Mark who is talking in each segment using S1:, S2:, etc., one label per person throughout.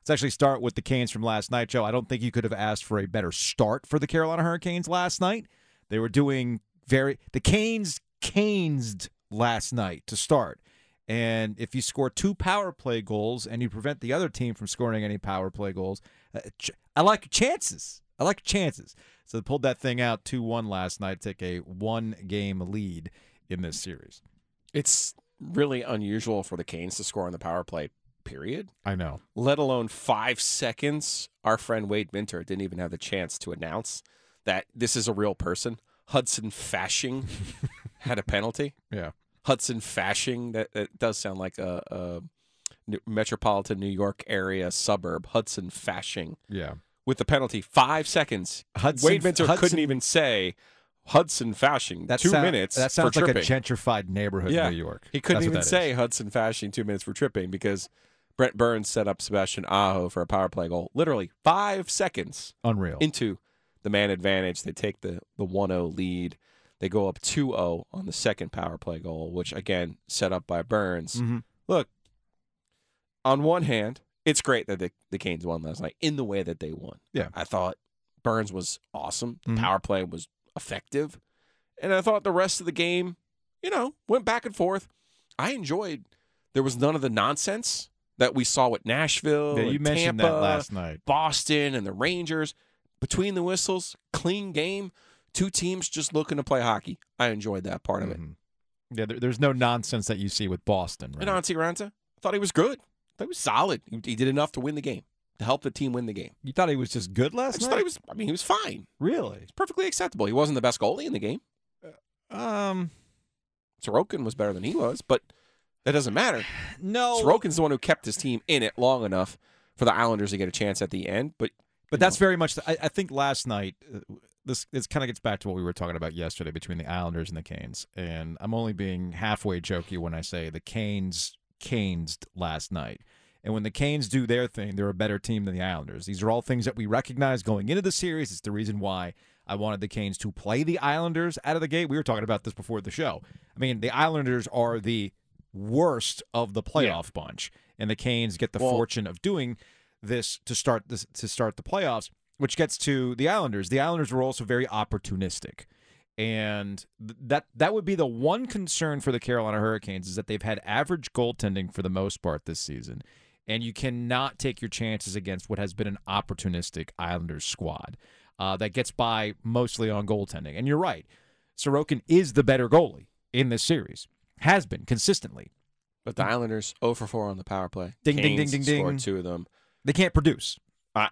S1: Let's actually start with the Canes from last night, Joe. I don't think you could have asked for a better start for the Carolina Hurricanes last night. They were doing very the Canes canesed last night to start. And if you score two power play goals and you prevent the other team from scoring any power play goals, uh, ch- I like chances. I like chances. So they pulled that thing out 2 1 last night, take a one game lead in this series.
S2: It's really unusual for the Canes to score on the power play, period,
S1: I know.
S2: let alone five seconds. Our friend Wade Minter didn't even have the chance to announce that this is a real person. Hudson Fashing had a penalty.
S1: Yeah.
S2: Hudson Fashing, that, that does sound like a, a New- metropolitan New York area suburb. Hudson Fashing
S1: Yeah.
S2: with the penalty, five seconds.
S1: Hudson-
S2: Wade Minter
S1: Hudson-
S2: couldn't even say Hudson Fashing,
S1: That
S2: two
S1: sound-
S2: minutes.
S1: That sounds
S2: for
S1: like
S2: tripping.
S1: a gentrified neighborhood
S2: Yeah.
S1: in New York.
S2: He couldn't
S1: That's what
S2: even
S1: that
S2: say
S1: is.
S2: Hudson Fashing two minutes for tripping because Brent Burns set up Sebastian Aho for a power play goal. Literally five seconds
S1: Unreal.
S2: into the man advantage. They take the, the 1 0 lead. They go up 2 0 on the second power play goal, which again, set up by Burns.
S1: Mhm.
S2: Look, on one hand, it's great that the, the Canes won last night in the way that they won.
S1: Yeah.
S2: I thought Burns was awesome. The
S1: Mhm.
S2: power play was effective. And I thought the rest of the game, you know, went back and forth. I enjoyed there was none of the nonsense that we saw with Nashville.
S1: Yeah, you
S2: and
S1: mentioned
S2: Tampa.
S1: that last night.
S2: Boston and the Rangers. Between the whistles, clean game. Two teams just looking to play hockey. I enjoyed that part of it.
S1: Mhm. Yeah, there, there's no nonsense that you see with Boston, right?
S2: And Antti Ranta, I thought he was good. I thought he was solid. He, he did enough to win the game, to help the team win the game.
S1: you thought he was just good
S2: I
S1: last
S2: just
S1: night?
S2: thought he was. I mean, he was fine.
S1: really?
S2: It's perfectly acceptable. He wasn't the best goalie in the game.
S1: Um,
S2: Sorokin was better than he was, but that doesn't matter.
S1: no.
S2: Sorokin's the one who kept his team in it long enough for the Islanders to get a chance at the end. But
S1: But that's very much. The, I, I think last night, uh, this this kind of gets back to what we were talking about yesterday between the Islanders and the Canes. And I'm only being halfway jokey when I say the Canes canesed last night. And when the Canes do their thing, they're a better team than the Islanders. These are all things that we recognize going into the series. It's the reason why I wanted the Canes to play the Islanders out of the gate. We were talking about this before the show. I mean, the Islanders are the worst of the playoff bunch, and the Canes get the
S2: Well-
S1: fortune of doing this to start this to start the playoffs, which gets to the Islanders. The Islanders were also very opportunistic. And th- that that would be the one concern for the Carolina Hurricanes is that they've had average goaltending for the most part this season, and you cannot take your chances against what has been an opportunistic Islanders squad uh, that gets by mostly on goaltending. And you're right, Sorokin is the better goalie in this series, has been consistently.
S2: but the Islanders 0 for 4 on the power play.
S1: Ding, ding,
S2: Canes
S1: ding, ding,
S2: Scored
S1: ding.
S2: two of them.
S1: They can't produce.
S2: Uh,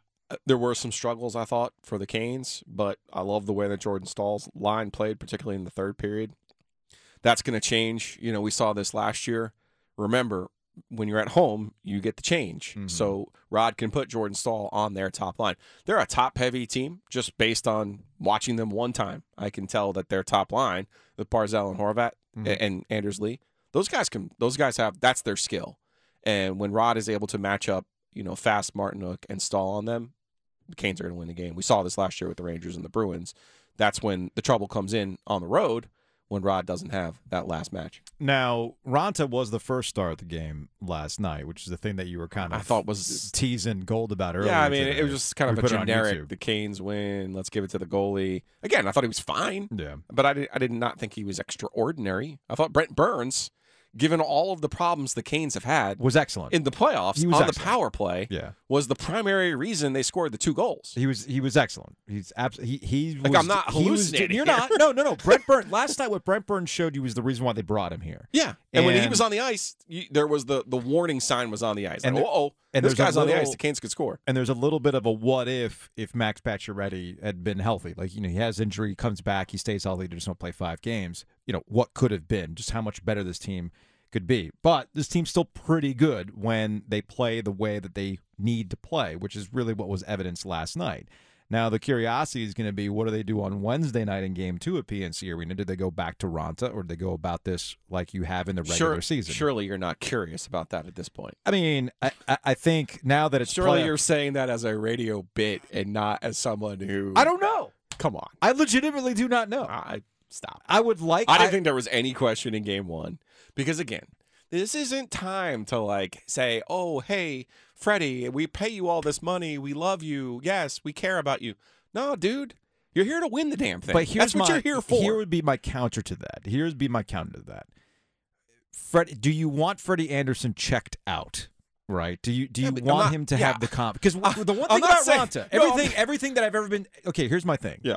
S2: there were some struggles I thought for the Canes, but I love the way that Jordan Stahl's line played, particularly in the third period. That's going to change. You know, we saw this last year. Remember, when you're at home, you get the change.
S1: Mhm.
S2: So Rod can put Jordan Stahl on their top line. They're a top heavy team just based on watching them one time. I can tell that their top line with Barzell and Horvat
S1: Mhm.
S2: and Anders Lee, those guys can those guys have that's their skill. And when Rod is able to match up, you know, fast Martinook and Stahl on them, the Canes are going to win the game. We saw this last year with the Rangers and the Bruins. That's when the trouble comes in on the road when Rod doesn't have that last match.
S1: Now, Ronta was the first star of the game last night, which is the thing that you were kind of
S2: I thought was-
S1: teasing gold about earlier.
S2: yeah, I mean,
S1: today.
S2: it was just kind
S1: We
S2: of a
S1: put it on
S2: generic.
S1: YouTube.
S2: The Canes win. Let's give it to the goalie again. I thought he was fine,
S1: yeah.
S2: but I did, I did not think he was extraordinary. I thought Brent Burns, given all of the problems the Canes have had
S1: Was excellent.
S2: in the playoffs
S1: He
S2: on
S1: was
S2: the
S1: excellent.
S2: power play,
S1: yeah.
S2: was the primary reason they scored the two goals.
S1: He was he was excellent. He's absolutely he, he
S2: Like,
S1: was,
S2: I'm not
S1: he was-
S2: hallucinating
S1: you're
S2: here.
S1: not. No, no, no. Brent Burns last night what Brent Burns showed you was the reason why they brought him here.
S2: Yeah, and, when he
S1: And-
S2: was on the ice, you, there was the the warning sign was on the ice.
S1: And
S2: Like,
S1: there-
S2: oh,
S1: and
S2: this
S1: there's a
S2: guy's on the ice.
S1: little-
S2: The Canes could score.
S1: And there's a little bit of a what if if Max Pacioretty had been healthy, like you know he has injury, he comes back, he stays healthy, they just don't play five games. You know what could have been, just how much better this team could be. But this team's still pretty good when they play the way that they need to play, which is really what was evidenced last night. Now the curiosity is going to be what do they do on Wednesday night in Game Two at PNC Arena? Did they go back to Ronta, or did they go about this like you have in the regular
S2: Sure-
S1: season?
S2: Surely you're not curious about that at this point.
S1: I mean, I, I I think now that it's
S2: Surely
S1: playoff-
S2: you're saying that as a radio bit and not as someone who.
S1: I don't know.
S2: Come on.
S1: I legitimately do not know.
S2: I stop.
S1: I would like.
S2: I didn't think there was any question in game one because again, this isn't time to like say, oh, hey, Freddie, we pay you all this money. We love you. Yes, we care about you. No, dude, you're here to win the damn thing.
S1: But here's
S2: That's what
S1: my,
S2: you're here for.
S1: Here would be my counter to that. Here's be my counter to that. Fred, do you want Freddie Anderson checked out? Right? Do you do
S2: Yeah,
S1: you
S2: but I'm
S1: want
S2: not-
S1: him to
S2: yeah.
S1: have the comp? Because
S2: Uh,
S1: the one thing
S2: I'm not
S1: about
S2: saying-
S1: Ronta,
S2: no, I'm-
S1: everything everything that I've ever been okay. Here's my thing.
S2: Yeah.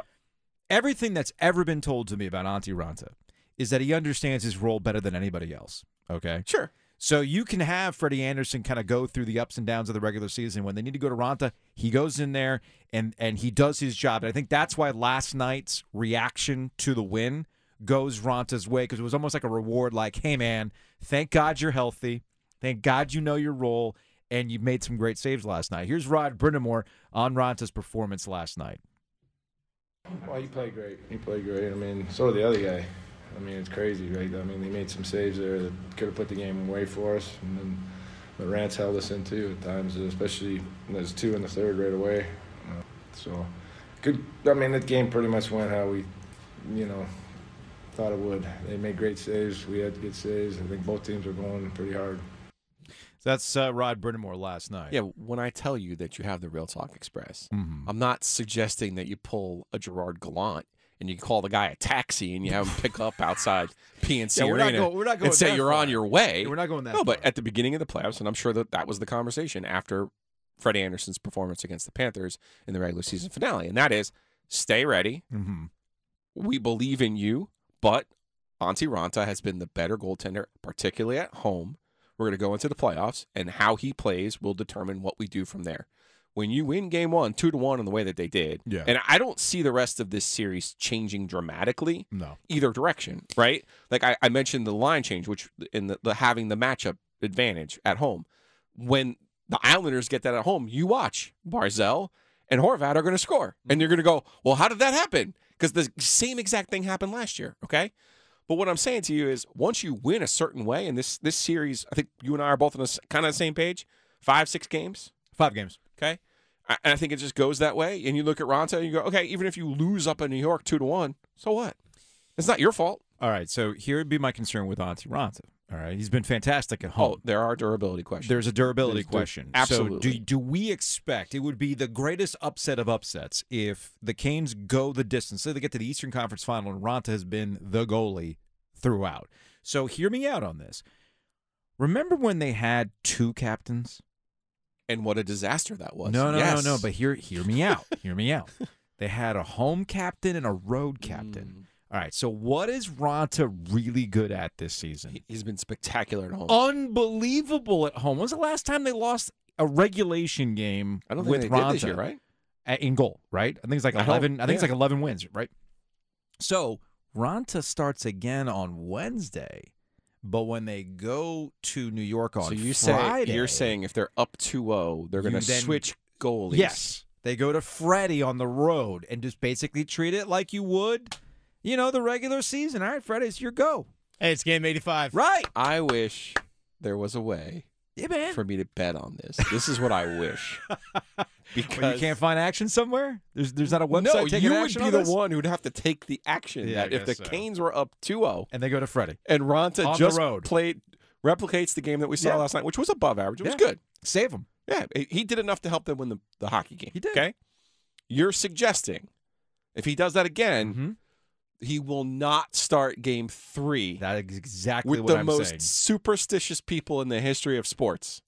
S1: Everything that's ever been told to me about Auntie Ronta is that he understands his role better than anybody else. Okay.
S2: Sure.
S1: So you can have Freddie Anderson kind of go through the ups and downs of the regular season. When they need to go to Ronta, he goes in there and and he does his job. And I think that's why last night's reaction to the win goes Ronta's way because it was almost like a reward. Like, hey man, thank God you're healthy. Thank God you know your role and you made some great saves last night. Here's Rod Brindamore on Ronta's performance last night.
S3: Well, he played great. He played great. I mean, so did the other guy. I mean, it's crazy, right? I mean, they made some saves there that could have put the game away for us, and then but Rance held us in too at times, especially when there's two in the third right away. Uh, So, good. I mean, that game pretty much went how we, you know, thought it would. They made great saves. We had good saves. I think both teams were going pretty hard.
S1: So that's uh, Rod Brindamore last night.
S2: Yeah, when I tell you that you have the Real Talk Express,
S1: Mhm.
S2: I'm not suggesting that you pull a Gerard Gallant and you call the guy a taxi and you have him pick up outside PNC
S1: Yeah, we're not
S2: Arena
S1: go- we're not going
S2: and say
S1: that
S2: you're
S1: far.
S2: on your way.
S1: Yeah, we're not going that.
S2: no, but
S1: far.
S2: at the beginning of the playoffs, and I'm sure that that was the conversation after Freddie Anderson's performance against the Panthers in the regular season finale, and that is stay ready.
S1: Mhm.
S2: We believe in you, but Auntie Ranta has been the better goaltender, particularly at home. We're going to go into the playoffs, and how he plays will determine what we do from there. When you win game one, two to one, in the way that they did,
S1: Yeah.
S2: and I don't see the rest of this series changing dramatically
S1: no.
S2: either direction, right? Like I, I mentioned the line change, which in the, the having the matchup advantage at home. When the Islanders get that at home, you watch Barzell and Horvat are going to score, and you're going to go, well, how did that happen? Because the same exact thing happened last year, okay? But what I'm saying to you is, once you win a certain way, and this this series, I think you and I are both on the kind of the same page, five six games,
S1: Five games.
S2: Okay. I, and I think it just goes that way. And you look at Ronta and you go, okay, even if you lose up in New York two to one, so what? It's not your fault.
S1: All right, so here would be my concern with Antti Ranta. All right, he's been fantastic at
S2: Oh,
S1: home.
S2: there are durability questions.
S1: There's a durability
S2: There's- there's-
S1: question. So do
S2: absolutely.
S1: do we expect it would be the greatest upset of upsets if the Canes go the distance? Say they get to the Eastern Conference Final and Ranta has been the goalie throughout. So hear me out on this. Remember when they had two captains?
S2: and what a disaster that was.
S1: No, no,
S2: Yes.
S1: no, no. But hear hear me out. hear me out. They had a home captain and a road
S2: Mm.
S1: captain. All right. So what is Ranta really good at this season?
S2: He- he's been spectacular at home.
S1: Oh, unbelievable at home. When's the last time they lost a regulation game
S2: I don't think
S1: with
S2: they
S1: Ronta
S2: did this year, right?
S1: a- in goal? Right? I think it's like
S2: I hope-
S1: eleven. I, think it's
S2: yeah.
S1: like eleven wins, right? So Ronta starts again on Wednesday, but when they go to New York on
S2: so you
S1: Friday,
S2: say you're saying if they're up 2-0, they're going
S1: You
S2: to
S1: then-
S2: switch goalies.
S1: yes. They go to Freddie on the road and just basically treat it like you would, you know, the regular season. All right, Freddie, it's your go.
S4: Hey, it's game 85.
S1: Right?
S2: I wish there was a way
S1: Yeah, man.
S2: for me to bet on this. This is what I wish. Because
S1: Well, you can't find action somewhere. There's there's not a website
S2: no,
S1: taking
S2: you would
S1: action
S2: be
S1: on
S2: the
S1: this?
S2: one who'd have to take the action
S1: Yeah, I
S2: that if the
S1: guess so.
S2: Canes were up oh, 2-0
S1: and they go to Freddie.
S2: and Ronta
S1: On the
S2: just
S1: road.
S2: played replicates the game that we saw
S1: Yeah.
S2: last night, which was above average. It was
S1: Yeah.
S2: good.
S1: Save him.
S2: Yeah, he- he did enough to help them win the, the hockey game.
S1: He did.
S2: Okay. You're suggesting if he does that again,
S1: Mm-hmm.
S2: he will not start game three
S1: That is exactly
S2: with
S1: what
S2: the
S1: I'm
S2: most
S1: saying.
S2: superstitious people in the history of sports.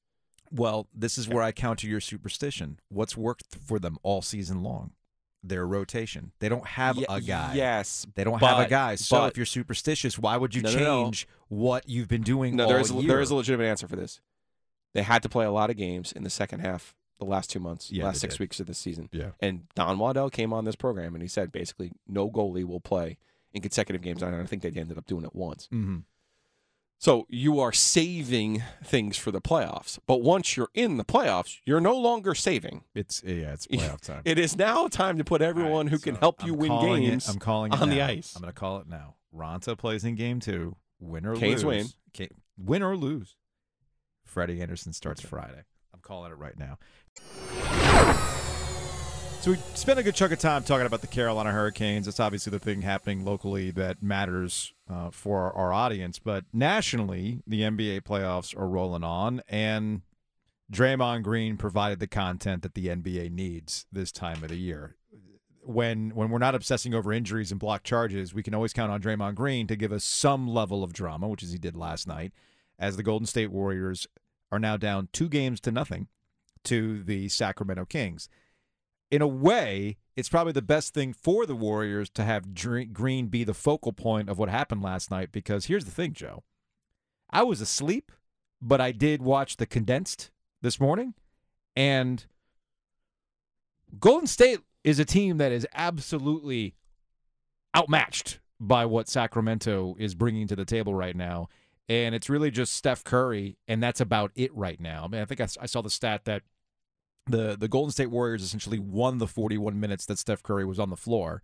S1: Well, this is where I counter your superstition. What's worked for them all season long? Their rotation. They don't have
S2: Ye-
S1: a guy.
S2: Yes.
S1: They don't have a
S2: but-
S1: guy. So
S2: but-
S1: if you're superstitious, why would you
S2: No, no, no.
S1: change what you've been doing
S2: No,
S1: all
S2: there is,
S1: year?
S2: there is a legitimate answer for this. They had to play a lot of games in the second half, the last two months,
S1: Yeah,
S2: last
S1: they
S2: six
S1: did.
S2: weeks of the season.
S1: Yeah.
S2: And Don Waddell came on this program and he said basically no goalie will play in consecutive games. And I think they ended up doing it once.
S1: Mhm.
S2: So you are saving things for the playoffs. But once you're in the playoffs, you're no longer saving.
S1: It's yeah, it's playoff time.
S2: It is now time to put everyone
S1: All right,
S2: who can
S1: so
S2: help
S1: I'm
S2: you win
S1: calling it-
S2: games.
S1: I'm calling it
S2: on the
S1: now.
S2: ice.
S1: I'm going to call it now. Ronta plays in game two. Win or
S2: Canes
S1: lose. Ca- win or lose. Freddie Anderson starts Friday. I'm calling it right now. So we spent a good chunk of time talking about the Carolina Hurricanes. It's obviously the thing happening locally that matters uh, for our, our audience, but nationally, the NBA playoffs are rolling on, and Draymond Green provided the content that the NBA needs this time of the year. When when we're not obsessing over injuries and block charges, we can always count on Draymond Green to give us some level of drama, which is he did last night, as the Golden State Warriors are now down two games to nothing to the Sacramento Kings. In a way, it's probably the best thing for the Warriors to have Dr- Green be the focal point of what happened last night because here's the thing, Joe. I was asleep, but I did watch the condensed this morning, and Golden State is a team that is absolutely outmatched by what Sacramento is bringing to the table right now. And it's really just Steph Curry, and that's about it right now. I mean, I think I, s- I saw the stat that the, the Golden State Warriors essentially won the 41 minutes that Steph Curry was on the floor,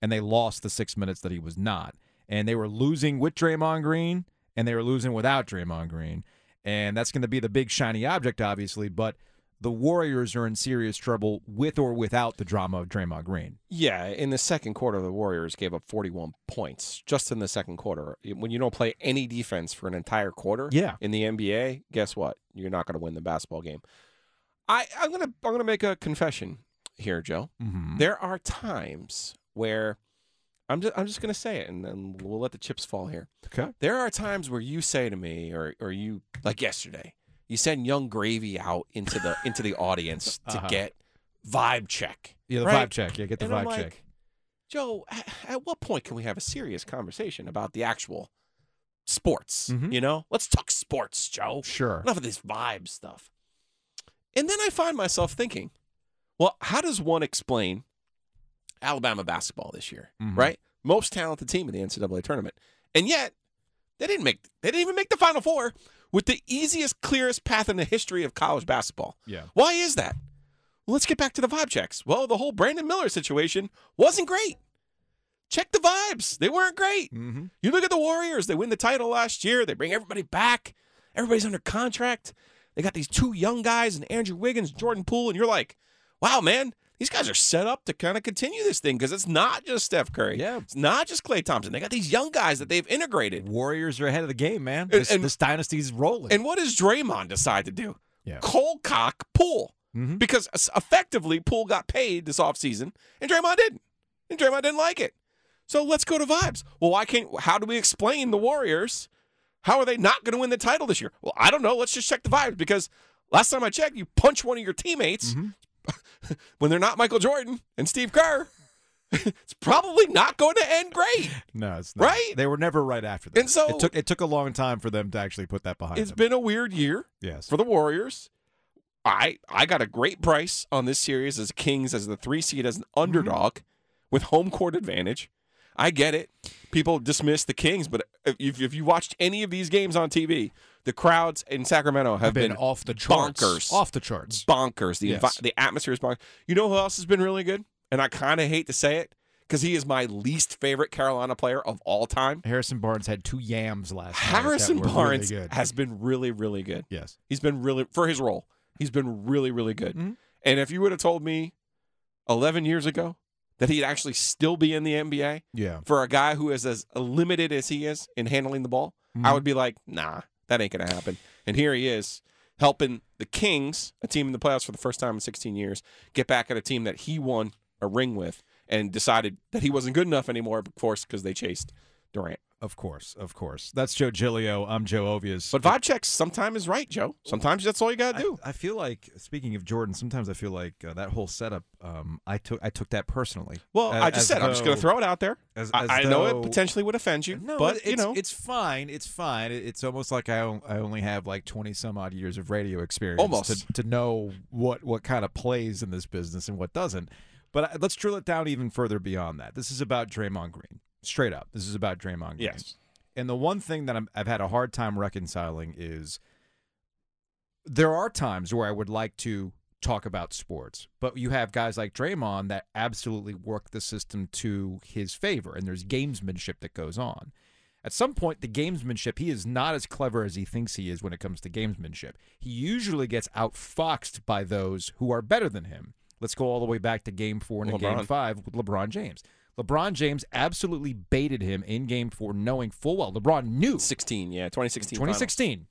S1: and they lost the six minutes that he was not. And they were losing with Draymond Green, and they were losing without Draymond Green. And that's going to be the big shiny object, obviously. But the Warriors are in serious trouble with or without the drama of Draymond Green.
S2: Yeah, in the second quarter, the Warriors gave up 41 points just in the second quarter. When you don't play any defense for an entire quarter
S1: Yeah.
S2: in the NBA, guess what? You're not going to win the basketball game. I, I'm gonna I'm gonna make a confession here, Joe.
S1: Mm-hmm.
S2: There are times where I'm just I'm just gonna say it, and then we'll let the chips fall here.
S1: Okay.
S2: There are times where you say to me, or or you like yesterday, you send Young Gravy out into the into the audience to
S1: Uh-huh.
S2: get vibe check.
S1: Yeah, the
S2: right?
S1: vibe check. Yeah, get the
S2: and
S1: vibe
S2: I'm like,
S1: check.
S2: Joe, a- at what point can we have a serious conversation about the actual sports?
S1: Mhm.
S2: You know, let's talk sports, Joe.
S1: Sure.
S2: Enough of this vibe stuff. And then I find myself thinking, well, how does one explain Alabama basketball this year?
S1: Mhm.
S2: Right, most talented team in the NCAA tournament, and yet they didn't make they didn't even make the Final Four with the easiest, clearest path in the history of college basketball.
S1: Yeah.
S2: Why is that? Well, let's get back to the vibe checks. Well, the whole Brandon Miller situation wasn't great. Check the vibes; they weren't great.
S1: Mm-hmm.
S2: You look at the Warriors, they win the title last year. They bring everybody back. Everybody's under contract. They got these two young guys and Andrew Wiggins, Jordan Poole, and you're like, wow, man, these guys are set up to kind of continue this thing because it's not just Steph Curry.
S1: Yeah.
S2: It's not just Clay Thompson. They got these young guys that they've integrated.
S1: Warriors are ahead of the game, man. This,
S2: and-
S1: this dynasty's rolling.
S2: And what does Draymond decide to do?
S1: Yeah.
S2: Cole cock Poole.
S1: Mhm.
S2: Because es- effectively, Poole got paid this offseason, and Draymond didn't. And Draymond didn't like it. So let's go to vibes. Well, why can't, how do we explain the Warriors? How are they not going to win the title this year? Well, I don't know. Let's just check the vibes because last time I checked, you punch one of your teammates
S1: Mhm.
S2: when they're not Michael Jordan and Steve Kerr. it's probably not going to end great.
S1: no, it's not.
S2: Right?
S1: They were never right after that.
S2: And so-
S1: it took it took a long time for them to actually put that behind
S2: It's
S1: them.
S2: been a weird year.
S1: yes.
S2: for the Warriors. I I got a great price on this series as Kings as the three seed as an
S1: Mm-hmm.
S2: underdog with home court advantage. I get it. People dismiss the Kings, but if, if you watched any of these games on TV, the crowds in Sacramento have,
S1: I've been,
S2: been,
S1: off the charts.
S2: bonkers.
S1: Off the charts.
S2: bonkers. The
S1: Yes.
S2: envi- the atmosphere is bonkers. You know who else has been really good? And I kind of hate to say it because he is my least favorite Carolina player of all time.
S1: Harrison Barnes had two yams last night.
S2: Harrison
S1: that were
S2: Barnes
S1: Really good.
S2: has been really really good.
S1: yes.
S2: He's been really for his role. He's been really, really good.
S1: Mhm.
S2: And if you would have told me 11 years ago that he'd actually still be in the NBA
S1: Yeah.
S2: for a guy who is as limited as he is in handling the ball, I
S1: Mhm.
S2: would be like, nah, that ain't gonna happen. And here he is helping the Kings, a team in the playoffs for the first time in 16 years, get back at a team that he won a ring with and decided that he wasn't good enough anymore, of course, because they chased Durant.
S1: Of course. Of course. That's Joe Gilio. I'm Joe Ovias.
S2: But vibe checks sometimes is right, Joe. Sometimes that's all you gotta
S1: I,
S2: do.
S1: I feel like speaking of Jordan, sometimes I feel like uh, that whole setup. Um, I took I took that personally.
S2: Well,
S1: A-
S2: I just
S1: as
S2: said I'm just going
S1: though-
S2: to throw it out there.
S1: as-
S2: I,
S1: as
S2: I know
S1: though-
S2: it potentially would offend you,
S1: No,
S2: but
S1: it's,
S2: you know,
S1: it's fine. It's fine. It- It's almost like I, on- I only have like twenty some odd years of radio experience
S2: Almost.
S1: to to know what what kind of plays in this business and what doesn't. But I, let's drill it down even further beyond that. This is about Draymond Green, straight up. This is about Draymond Green.
S2: yes,
S1: And the one thing that I'm, I've had a hard time reconciling is there are times where I would like to talk about sports, but you have guys like Draymond that absolutely work the system to his favor, and there's gamesmanship that goes on. At some point, the gamesmanship, he is not as clever as he thinks he is when it comes to gamesmanship. He usually gets outfoxed by those who are better than him. Let's go all the way back to game four and to game
S2: LeBron.
S1: five with LeBron James. LeBron James absolutely baited him in game four, knowing full well LeBron knew
S2: 16, yeah, 2016. final.
S1: 2016,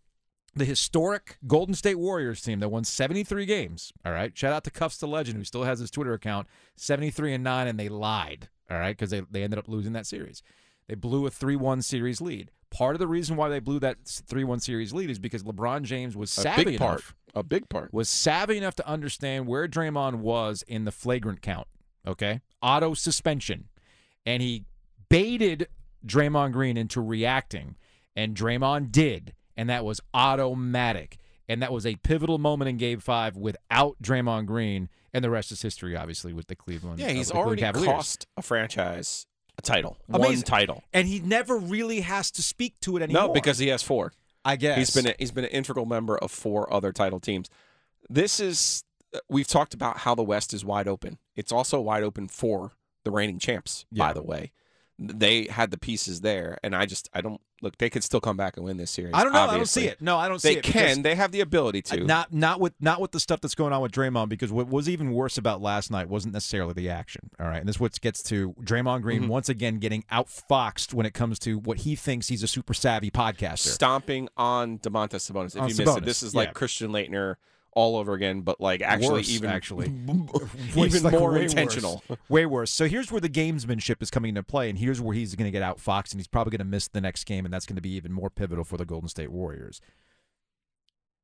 S1: the historic Golden State Warriors team that won 73 games. All right. Shout out to Cuffs the Legend, who still has his Twitter account, 73 and 9, and they lied. All right. Because they, they ended up losing that series. They blew a 3 1 series lead. Part of the reason why they blew that 3 1 series lead is because LeBron James was
S2: A
S1: savvy
S2: big part.
S1: enough
S2: A big part.
S1: was savvy enough to understand where Draymond was in the flagrant count, okay? Auto suspension. And he baited Draymond Green into reacting, and Draymond did, and that was automatic. And that was a pivotal moment in game 5 without Draymond Green, and the rest is history obviously with the Cleveland
S2: Yeah,
S1: uh,
S2: he's
S1: with the Cleveland
S2: already
S1: Cavaliers.
S2: cost a franchise a title. One
S1: Amazing.
S2: title.
S1: and he never really has to speak to it anymore.
S2: No, because he has four.
S1: I guess
S2: He's been a, he's been an integral member of four other title teams. This is uh, we've talked about how the West is wide open. It's also wide open for the reigning champs. By
S1: Yeah.
S2: the way, they had the pieces there, and I just I don't look. They could still come back and win this series.
S1: I don't know. I don't
S2: obviously.
S1: see it. No, I don't see
S2: They
S1: it. because-
S2: can. They have the ability
S1: Uh,
S2: to.
S1: Not not with not with the stuff that's going on with Draymond because what was even worse about last night wasn't necessarily the action. All right, and this is what gets to Draymond Green once again getting outfoxed when it comes to what he thinks he's a super savvy podcaster.
S2: stomping on Demontis Sabonis. If
S1: On
S2: you missed it,
S1: Sabonis,
S2: this is like
S1: yeah.
S2: Christian Leitner all over again, but like actually
S1: Worse,
S2: even
S1: actually. Which
S2: even
S1: is, like,
S2: more
S1: way
S2: intentional.
S1: worse. way worse. So here's where the gamesmanship is coming into play, and here's where he's going to get outfoxed, and he's probably going to miss the next game, and that's going to be even more pivotal for the Golden State Warriors.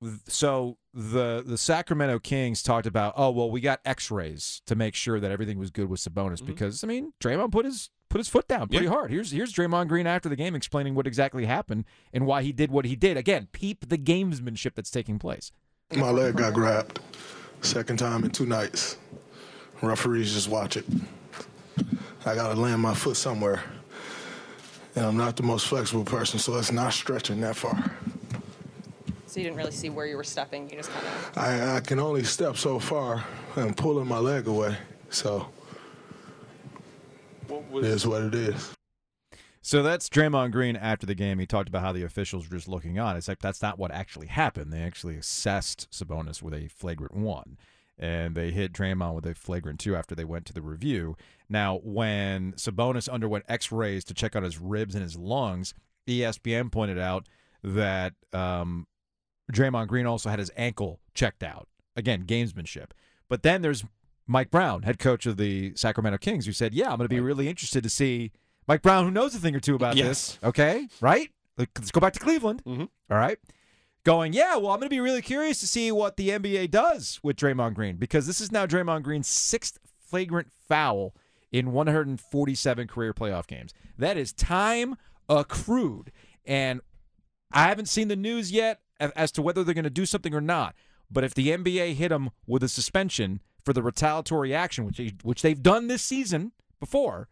S1: Th- So the the Sacramento Kings talked about, oh well, we got X-rays to make sure that everything was good with Sabonis
S2: Mm-hmm.
S1: because I mean Draymond put his put his foot down pretty hard. Here's here's Draymond Green after the game explaining what exactly happened and why he did what he did. Again, peep the gamesmanship that's taking place.
S4: My leg got grabbed. Second time in two nights. Referees just watch it. I gotta land my foot somewhere. And I'm not the most flexible person, so it's not stretching that far.
S5: So you didn't really see where you were stepping. You just kind of.
S4: I, I can only step so far and pulling my leg away. So it is what it is.
S1: So that's Draymond Green after the game. He talked about how the officials were just looking on. It's like that's not what actually happened. They actually assessed Sabonis with a flagrant one, and they hit Draymond with a flagrant two after they went to the review. Now, when Sabonis underwent X rays to check on his ribs and his lungs, E ESPN pointed out that um, Draymond Green also had his ankle checked out. Again, gamesmanship. But then there's Mike Brown, head coach of the Sacramento Kings, who said, "Yeah, I'm going to be really interested to see Mike Brown, who knows a thing or two about
S2: Yes.
S1: this. Okay, right? Like, Let's go back to Cleveland.
S2: Mhm.
S1: All right." Going, yeah, well, I'm going to be really curious to see what the NBA does with Draymond Green because this is now Draymond Green's sixth flagrant foul in 147 career playoff games. That is time accrued. And I haven't seen the news yet a- as to whether they're going to do something or not. But if the NBA hit him with a suspension for the retaliatory action, which they, which they've done this season before,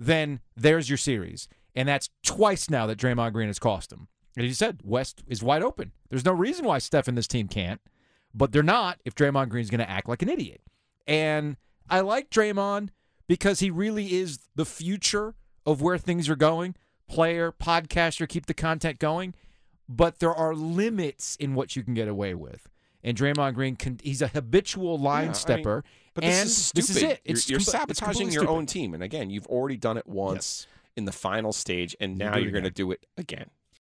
S1: then there's your series, and that's twice now that Draymond Green has cost him. As you said, West is wide open. There's no reason why Steph and this team can't, but they're not if Draymond Green's going to act like an idiot. And I like Draymond because he really is the future of where things are going. Player, podcaster, keep the content going but there are limits in what you can get away with. And Draymond Green, can, he's a habitual line
S2: Yeah, I
S1: stepper.
S2: But
S1: and
S2: this is stupid.
S1: it.
S2: You're-
S1: It's
S2: you're,
S1: compl- it's
S2: sabotaging
S1: completely
S2: your
S1: stupid.
S2: own team. And again, you've already done it
S1: Yes.
S2: once in the final stage,
S1: You're
S2: and now
S1: doing
S2: you're
S1: it
S2: going to do it again.